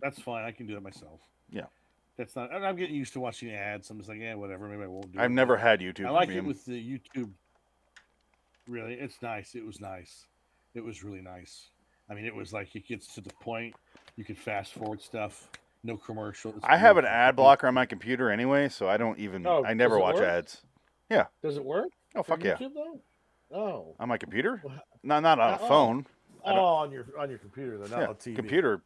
[SPEAKER 3] That's fine. I can do that myself.
[SPEAKER 1] Yeah.
[SPEAKER 3] That's not. I'm I'm getting used to watching ads. I'm just like, yeah, whatever. Maybe I won't do it.
[SPEAKER 1] I've never had YouTube
[SPEAKER 3] I like
[SPEAKER 1] Premium.
[SPEAKER 3] it with the YouTube. Really, it's nice. It was nice. It was really nice. I mean, it was like it gets to the point. You can fast forward stuff. No commercial. it's
[SPEAKER 1] I have an
[SPEAKER 3] beautiful.
[SPEAKER 1] ad blocker on my computer anyway, so I don't even.
[SPEAKER 7] Oh,
[SPEAKER 1] I never
[SPEAKER 7] does it
[SPEAKER 1] watch
[SPEAKER 7] work?
[SPEAKER 1] ads. Yeah,
[SPEAKER 7] Does it work?
[SPEAKER 1] Oh,
[SPEAKER 7] for
[SPEAKER 1] fuck yeah.
[SPEAKER 7] YouTube, Though? Oh.
[SPEAKER 1] on my computer.
[SPEAKER 7] Wha-
[SPEAKER 1] No, not on a
[SPEAKER 7] Uh-uh.
[SPEAKER 1] phone. I
[SPEAKER 7] Oh,
[SPEAKER 1] don't-
[SPEAKER 7] on your on your computer, though, not
[SPEAKER 1] yeah,
[SPEAKER 7] on TV.
[SPEAKER 1] computer.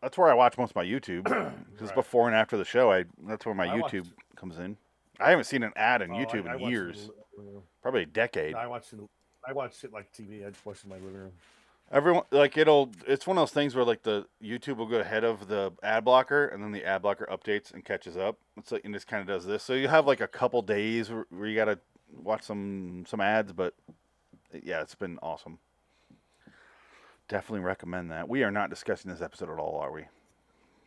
[SPEAKER 1] That's where I watch most of my YouTube. Because
[SPEAKER 7] Right.
[SPEAKER 1] before and after the show, I that's where my
[SPEAKER 7] I watched-
[SPEAKER 1] YouTube comes in. I haven't seen an ad on
[SPEAKER 7] Oh, I-
[SPEAKER 1] YouTube
[SPEAKER 7] I
[SPEAKER 1] in
[SPEAKER 7] watch it
[SPEAKER 1] years,
[SPEAKER 7] the living room.
[SPEAKER 1] probably a decade.
[SPEAKER 7] I watch it. I watch it like TV. I just watch it in my living room.
[SPEAKER 1] Everyone like it'll. It's one of those things where like the YouTube will go ahead of the ad blocker, and then the ad blocker updates and catches up. It's like and just kind of does this. So you have like a couple days where, where you gotta watch some some ads, but yeah, it's been awesome. Definitely recommend that. We are not discussing this episode at all, are we?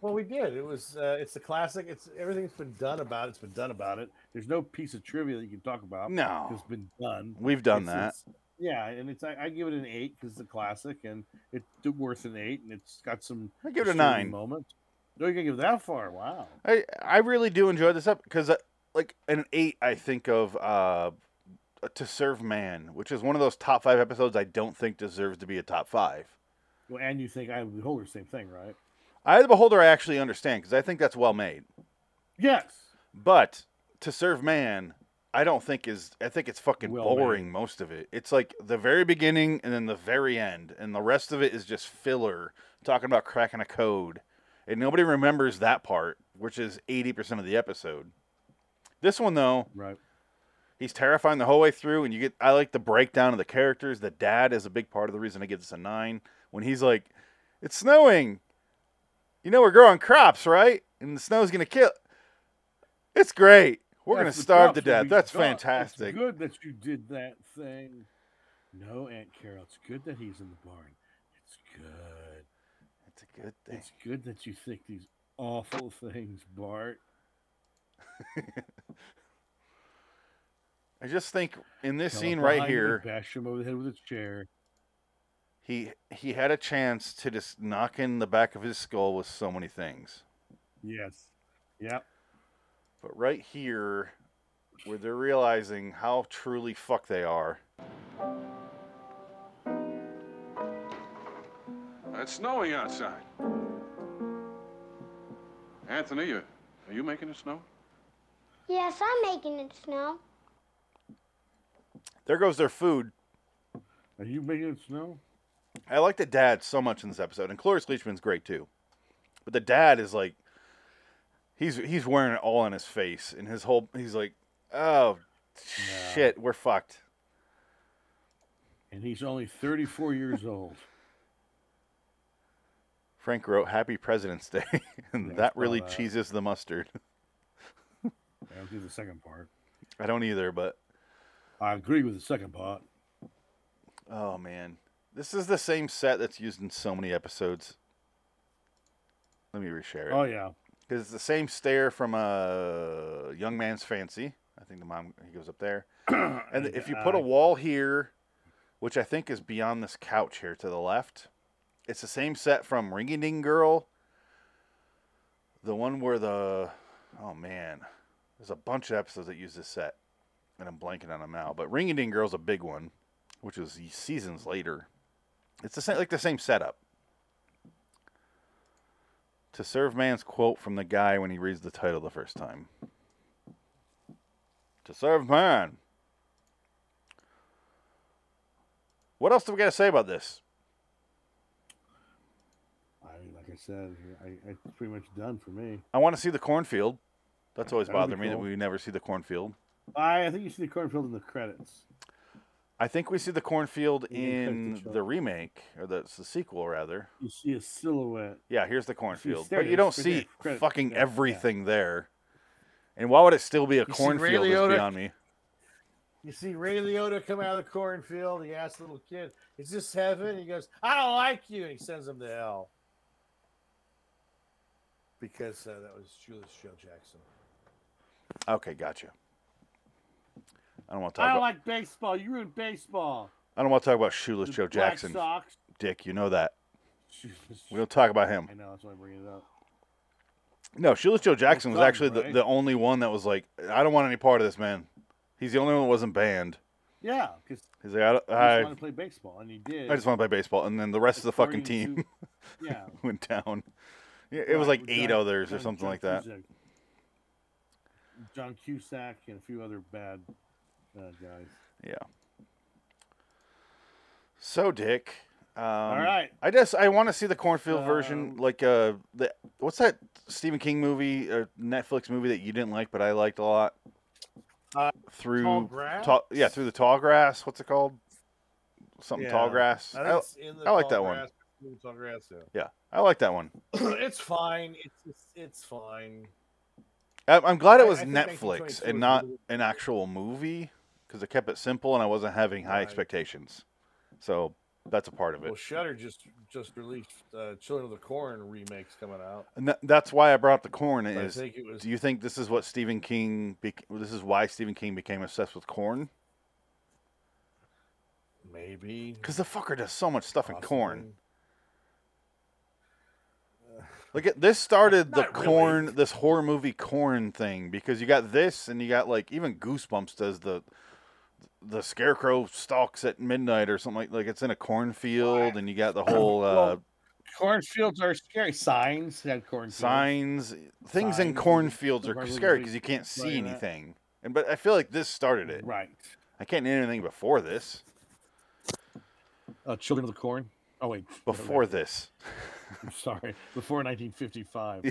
[SPEAKER 7] Well, we did. It was. Uh, it's a classic. It's everything's been done about. It. It's been done about it.
[SPEAKER 3] There's no piece of trivia that you can talk about.
[SPEAKER 1] No.
[SPEAKER 3] it's been done.
[SPEAKER 1] We've done that.
[SPEAKER 3] It's- Yeah, and it's I, I give it an eight because it's a classic, and it's worth an eight, and it's got some.
[SPEAKER 1] I give it a
[SPEAKER 3] disturbing
[SPEAKER 1] nine.
[SPEAKER 3] Moments. No, you can give it that far. Wow.
[SPEAKER 1] I I really do enjoy this up because uh, like an eight, I think of uh, to serve man, which is one of those top five episodes I don't think deserves to be a top five.
[SPEAKER 3] Well, and you think I would hold the same thing, right?
[SPEAKER 1] I the beholder, I actually understand because I think that's well made.
[SPEAKER 3] Yes.
[SPEAKER 1] But to serve man, I don't think is I think it's fucking
[SPEAKER 3] Well
[SPEAKER 1] boring most of it. It's like the very beginning and then the very end, and the rest of it is just filler talking about cracking a code, and nobody remembers that part, which is eighty percent of the episode. This one though,
[SPEAKER 3] right?
[SPEAKER 1] He's terrifying the whole way through, and you get I like the breakdown of the characters. The dad is a big part of the reason I give this a nine. When he's like, "It's snowing," you know we're growing crops, right? And the snow's gonna kill. It's great. We're
[SPEAKER 3] That's
[SPEAKER 1] gonna
[SPEAKER 3] the
[SPEAKER 1] starve to
[SPEAKER 3] props that
[SPEAKER 1] death.
[SPEAKER 3] we
[SPEAKER 1] That's
[SPEAKER 3] got.
[SPEAKER 1] fantastic.
[SPEAKER 3] It's good that you did that thing. No, Aunt Carol, it's good that he's in the barn. It's good.
[SPEAKER 1] It's a good thing.
[SPEAKER 3] It's good that you think these awful things, Bart.
[SPEAKER 1] I just think in this
[SPEAKER 3] Fell
[SPEAKER 1] scene
[SPEAKER 3] up
[SPEAKER 1] right
[SPEAKER 3] behind him and
[SPEAKER 1] here,
[SPEAKER 3] Bashed him over the head with a chair.
[SPEAKER 1] he he had a chance to just knock in the back of his skull with so many things.
[SPEAKER 3] Yes. Yep.
[SPEAKER 1] But right here, where they're realizing how truly fuck they are.
[SPEAKER 11] It's snowing outside. Anthony, you, are you making it snow?
[SPEAKER 9] Yes, I'm making it snow.
[SPEAKER 1] There goes their food.
[SPEAKER 3] Are you making it snow?
[SPEAKER 1] I like the dad so much in this episode, and Cloris Leachman's great too. But the dad is like, he's he's wearing it all on his face, and his whole he's like, oh shit, we're fucked.
[SPEAKER 3] And he's only 34 years old.
[SPEAKER 1] Frank wrote "Happy President's Day," and
[SPEAKER 3] Yeah, I
[SPEAKER 1] that
[SPEAKER 3] saw
[SPEAKER 1] really
[SPEAKER 3] that.
[SPEAKER 1] cheeses the mustard.
[SPEAKER 3] I don't do the second part.
[SPEAKER 1] I don't either, but
[SPEAKER 3] I agree with the second part.
[SPEAKER 1] oh man, this is the same set that's used in so many episodes. Let me reshare it.
[SPEAKER 3] Oh, yeah.
[SPEAKER 1] Because it's the same stair from a young man's fancy. I think the mom he goes up there, and if you put a
[SPEAKER 3] I-
[SPEAKER 1] wall here, which I think is beyond this couch here to the left, it's the same set from Ringy Ding Girl. The one where the oh man, there's a bunch of episodes that use this set, and I'm blanking on them now. But Ringy Ding Girl's a big one, which was seasons later. It's the same like the same setup. To serve man's quote from the guy when he reads the title the first time. To serve man. What else do we got to say about this?
[SPEAKER 3] I, like I said, I, I, it's pretty much done for me.
[SPEAKER 1] I want to see the cornfield. That's always
[SPEAKER 3] That would be
[SPEAKER 1] bothered me that
[SPEAKER 3] cool.
[SPEAKER 1] we never see the cornfield.
[SPEAKER 3] I, I think you see the cornfield in the credits.
[SPEAKER 1] I think we see the cornfield
[SPEAKER 3] Yeah, you clicked
[SPEAKER 1] in
[SPEAKER 3] it, Sean.
[SPEAKER 1] the remake, or the, it's the sequel, rather.
[SPEAKER 3] You see a silhouette.
[SPEAKER 1] Yeah, here's the cornfield.
[SPEAKER 3] stair
[SPEAKER 1] But you
[SPEAKER 3] there,
[SPEAKER 1] don't
[SPEAKER 3] it's right there,
[SPEAKER 1] see
[SPEAKER 3] credit,
[SPEAKER 1] fucking
[SPEAKER 3] yeah, yeah.
[SPEAKER 1] everything there. And why would it still be a
[SPEAKER 7] You see Ray
[SPEAKER 1] cornfield is
[SPEAKER 7] Liotta?
[SPEAKER 1] beyond me.
[SPEAKER 7] You see Ray Liotta come out of the cornfield. He asks the little kid, "Is this heaven?" He goes, "I don't like you," and he sends him to hell because uh, that was Julius Joe Jackson.
[SPEAKER 1] Okay, gotcha. I don't want to talk
[SPEAKER 3] I don't
[SPEAKER 1] about
[SPEAKER 3] like baseball. You ruined baseball.
[SPEAKER 1] I don't want to talk about shoeless
[SPEAKER 3] The
[SPEAKER 1] Joe
[SPEAKER 3] Black
[SPEAKER 1] Jackson.
[SPEAKER 3] Sox.
[SPEAKER 1] Dick, you know that. We don't talk about him.
[SPEAKER 3] I know, that's why I'm bringing it up.
[SPEAKER 1] No, Shoeless Joe Jackson was
[SPEAKER 3] thumb,
[SPEAKER 1] actually the,
[SPEAKER 3] right?
[SPEAKER 1] the only one that was like, I don't want any part of this, man. He's the only one that wasn't banned.
[SPEAKER 3] Yeah, because
[SPEAKER 1] He's like, I, don't,
[SPEAKER 3] he just
[SPEAKER 1] I,
[SPEAKER 3] wanted to play baseball, and he did.
[SPEAKER 1] I just want to play baseball. And then the rest of the fucking
[SPEAKER 3] According
[SPEAKER 1] team
[SPEAKER 3] to- yeah.
[SPEAKER 1] went down. Yeah, It was
[SPEAKER 3] Right,
[SPEAKER 1] like
[SPEAKER 3] with
[SPEAKER 1] eight
[SPEAKER 3] John-
[SPEAKER 1] others or
[SPEAKER 3] John-
[SPEAKER 1] something
[SPEAKER 3] John
[SPEAKER 1] like that.
[SPEAKER 3] Cusack. John Cusack and a few other bad uh, guys.
[SPEAKER 1] Yeah. So, Dick. Um, All
[SPEAKER 3] right. Um,
[SPEAKER 1] I just I want to see the cornfield version, like uh, the what's that Stephen King movie or Netflix movie that you didn't like but I liked a lot?
[SPEAKER 7] Uh,
[SPEAKER 1] through
[SPEAKER 7] Tall
[SPEAKER 1] ta- yeah, through the tall grass. What's it called? Something tall
[SPEAKER 7] Yeah.
[SPEAKER 1] grass.
[SPEAKER 7] I, think
[SPEAKER 1] I,
[SPEAKER 7] it's in the
[SPEAKER 1] I like
[SPEAKER 7] tall
[SPEAKER 1] that one.
[SPEAKER 7] grass, in the tall grass, yeah.
[SPEAKER 1] Yeah, I like that one.
[SPEAKER 7] it's fine. It's it's, it's fine.
[SPEAKER 1] I- I'm glad
[SPEAKER 7] I-
[SPEAKER 1] it was
[SPEAKER 7] I think
[SPEAKER 1] Netflix
[SPEAKER 7] 1922
[SPEAKER 1] and
[SPEAKER 7] is
[SPEAKER 1] not
[SPEAKER 7] really-
[SPEAKER 1] an actual movie because it kept it simple and I wasn't having high
[SPEAKER 7] Right.
[SPEAKER 1] expectations. So that's a part of it.
[SPEAKER 7] Well, Shutter just just released uh, "Children of the Corn" remakes coming out.
[SPEAKER 1] And tha- that's why I brought up the corn.
[SPEAKER 7] I
[SPEAKER 1] Is
[SPEAKER 7] think it was-
[SPEAKER 1] do you think this is what Stephen King? Bec- this is why Stephen King became obsessed with corn?
[SPEAKER 7] Maybe.
[SPEAKER 1] Because the fucker does so much stuff in corn. Look at this started the
[SPEAKER 7] Not really.
[SPEAKER 1] corn this horror movie corn thing because you got this and you got like even Goosebumps does the the scarecrow stalks at midnight or something like like it's in a cornfield and you got the whole uh,
[SPEAKER 3] Well, cornfields are scary. Signs had cornfields.
[SPEAKER 1] signs things in
[SPEAKER 3] Signs.
[SPEAKER 1] cornfields are
[SPEAKER 3] Right,
[SPEAKER 1] scary
[SPEAKER 3] right,
[SPEAKER 1] because you can't see
[SPEAKER 3] right, right.
[SPEAKER 1] anything and but I feel like this started it
[SPEAKER 3] right
[SPEAKER 1] I can't name anything before this
[SPEAKER 3] Uh, Children of the Corn. Oh wait,
[SPEAKER 1] before this
[SPEAKER 3] I'm sorry. Before 1955.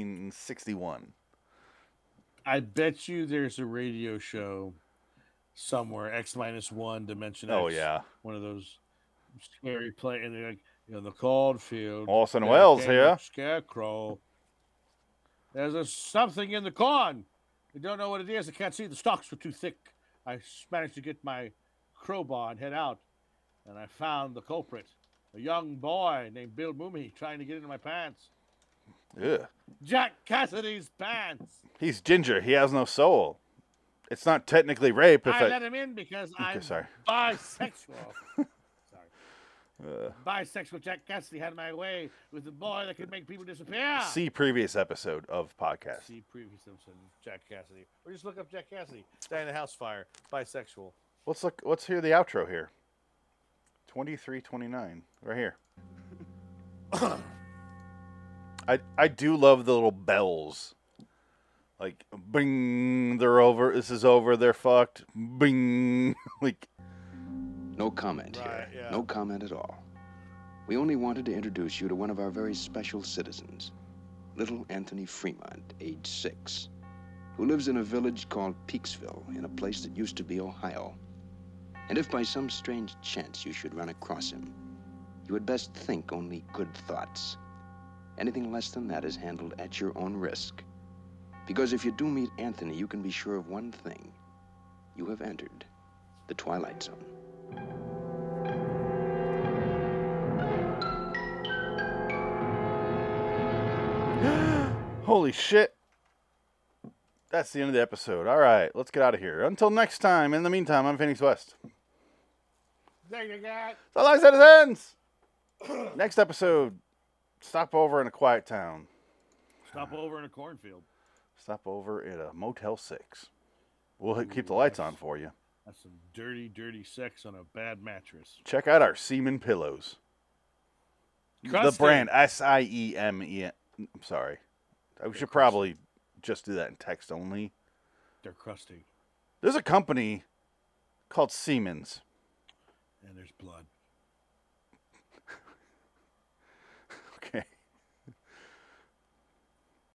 [SPEAKER 1] 1961
[SPEAKER 3] I bet you there's a radio show somewhere, X minus one, Dimension
[SPEAKER 1] Oh,
[SPEAKER 3] X,
[SPEAKER 1] yeah.
[SPEAKER 3] One of those scary play and they're like, you know, the cornfield.
[SPEAKER 1] Orson
[SPEAKER 3] there
[SPEAKER 1] Welles
[SPEAKER 3] came a
[SPEAKER 1] here."
[SPEAKER 3] Scarecrow. There's a something in the corn. I don't know what it is. I can't see. The stalks were too thick. I s- managed to get my crowbar and head out, and I found the culprit, a young boy named Bill Mooney, trying to get into my pants.
[SPEAKER 1] Ugh.
[SPEAKER 3] Jack Cassidy's pants.
[SPEAKER 1] he's ginger he has no soul it's not technically rape if
[SPEAKER 3] I
[SPEAKER 1] it,
[SPEAKER 3] let him in because I'm
[SPEAKER 1] sorry.
[SPEAKER 3] bisexual.
[SPEAKER 1] uh,
[SPEAKER 3] bisexual Jack Cassidy had my way with the boy that could make people disappear.
[SPEAKER 1] see previous episode of podcast
[SPEAKER 3] See previous episode of
[SPEAKER 7] Jack Cassidy. Or just look up Jack Cassidy. Die in a house fire. Bisexual.
[SPEAKER 1] Let's look. Let's hear the outro here. Twenty-three, twenty-nine, right here. I I do love the little bells, like bing. They're over. This is over. They're fucked. Bing. Like
[SPEAKER 6] No comment
[SPEAKER 7] Right,
[SPEAKER 6] here.
[SPEAKER 7] yeah.
[SPEAKER 6] No comment at all. We only wanted to introduce you to one of our very special citizens, little Anthony Fremont, age six, who lives in a village called Peaksville in a place that used to be Ohio. And if by some strange chance you should run across him, you had best think only good thoughts. Anything less than that is handled at your own risk. Because if you do meet Anthony, you can be sure of one thing you have entered the Twilight Zone.
[SPEAKER 1] holy shit. That's the end of the episode. All right, let's get out of here. Until next time. In the meantime, I'm Phoenix West.
[SPEAKER 3] There you go.
[SPEAKER 1] So long, citizens. next episode. Stop over in a quiet town.
[SPEAKER 3] Stop over in a cornfield.
[SPEAKER 1] Stop over at a Motel 6. We'll h- keep the lights on for you.
[SPEAKER 3] That's some dirty, dirty sex on a bad mattress.
[SPEAKER 1] Check out our Seaman pillows. The
[SPEAKER 3] Crusty.
[SPEAKER 1] brand S I E M E. I'm sorry. I should probably just do that in text only.
[SPEAKER 3] They're crusty,
[SPEAKER 1] There's a company called Siemens.
[SPEAKER 3] and there's blood.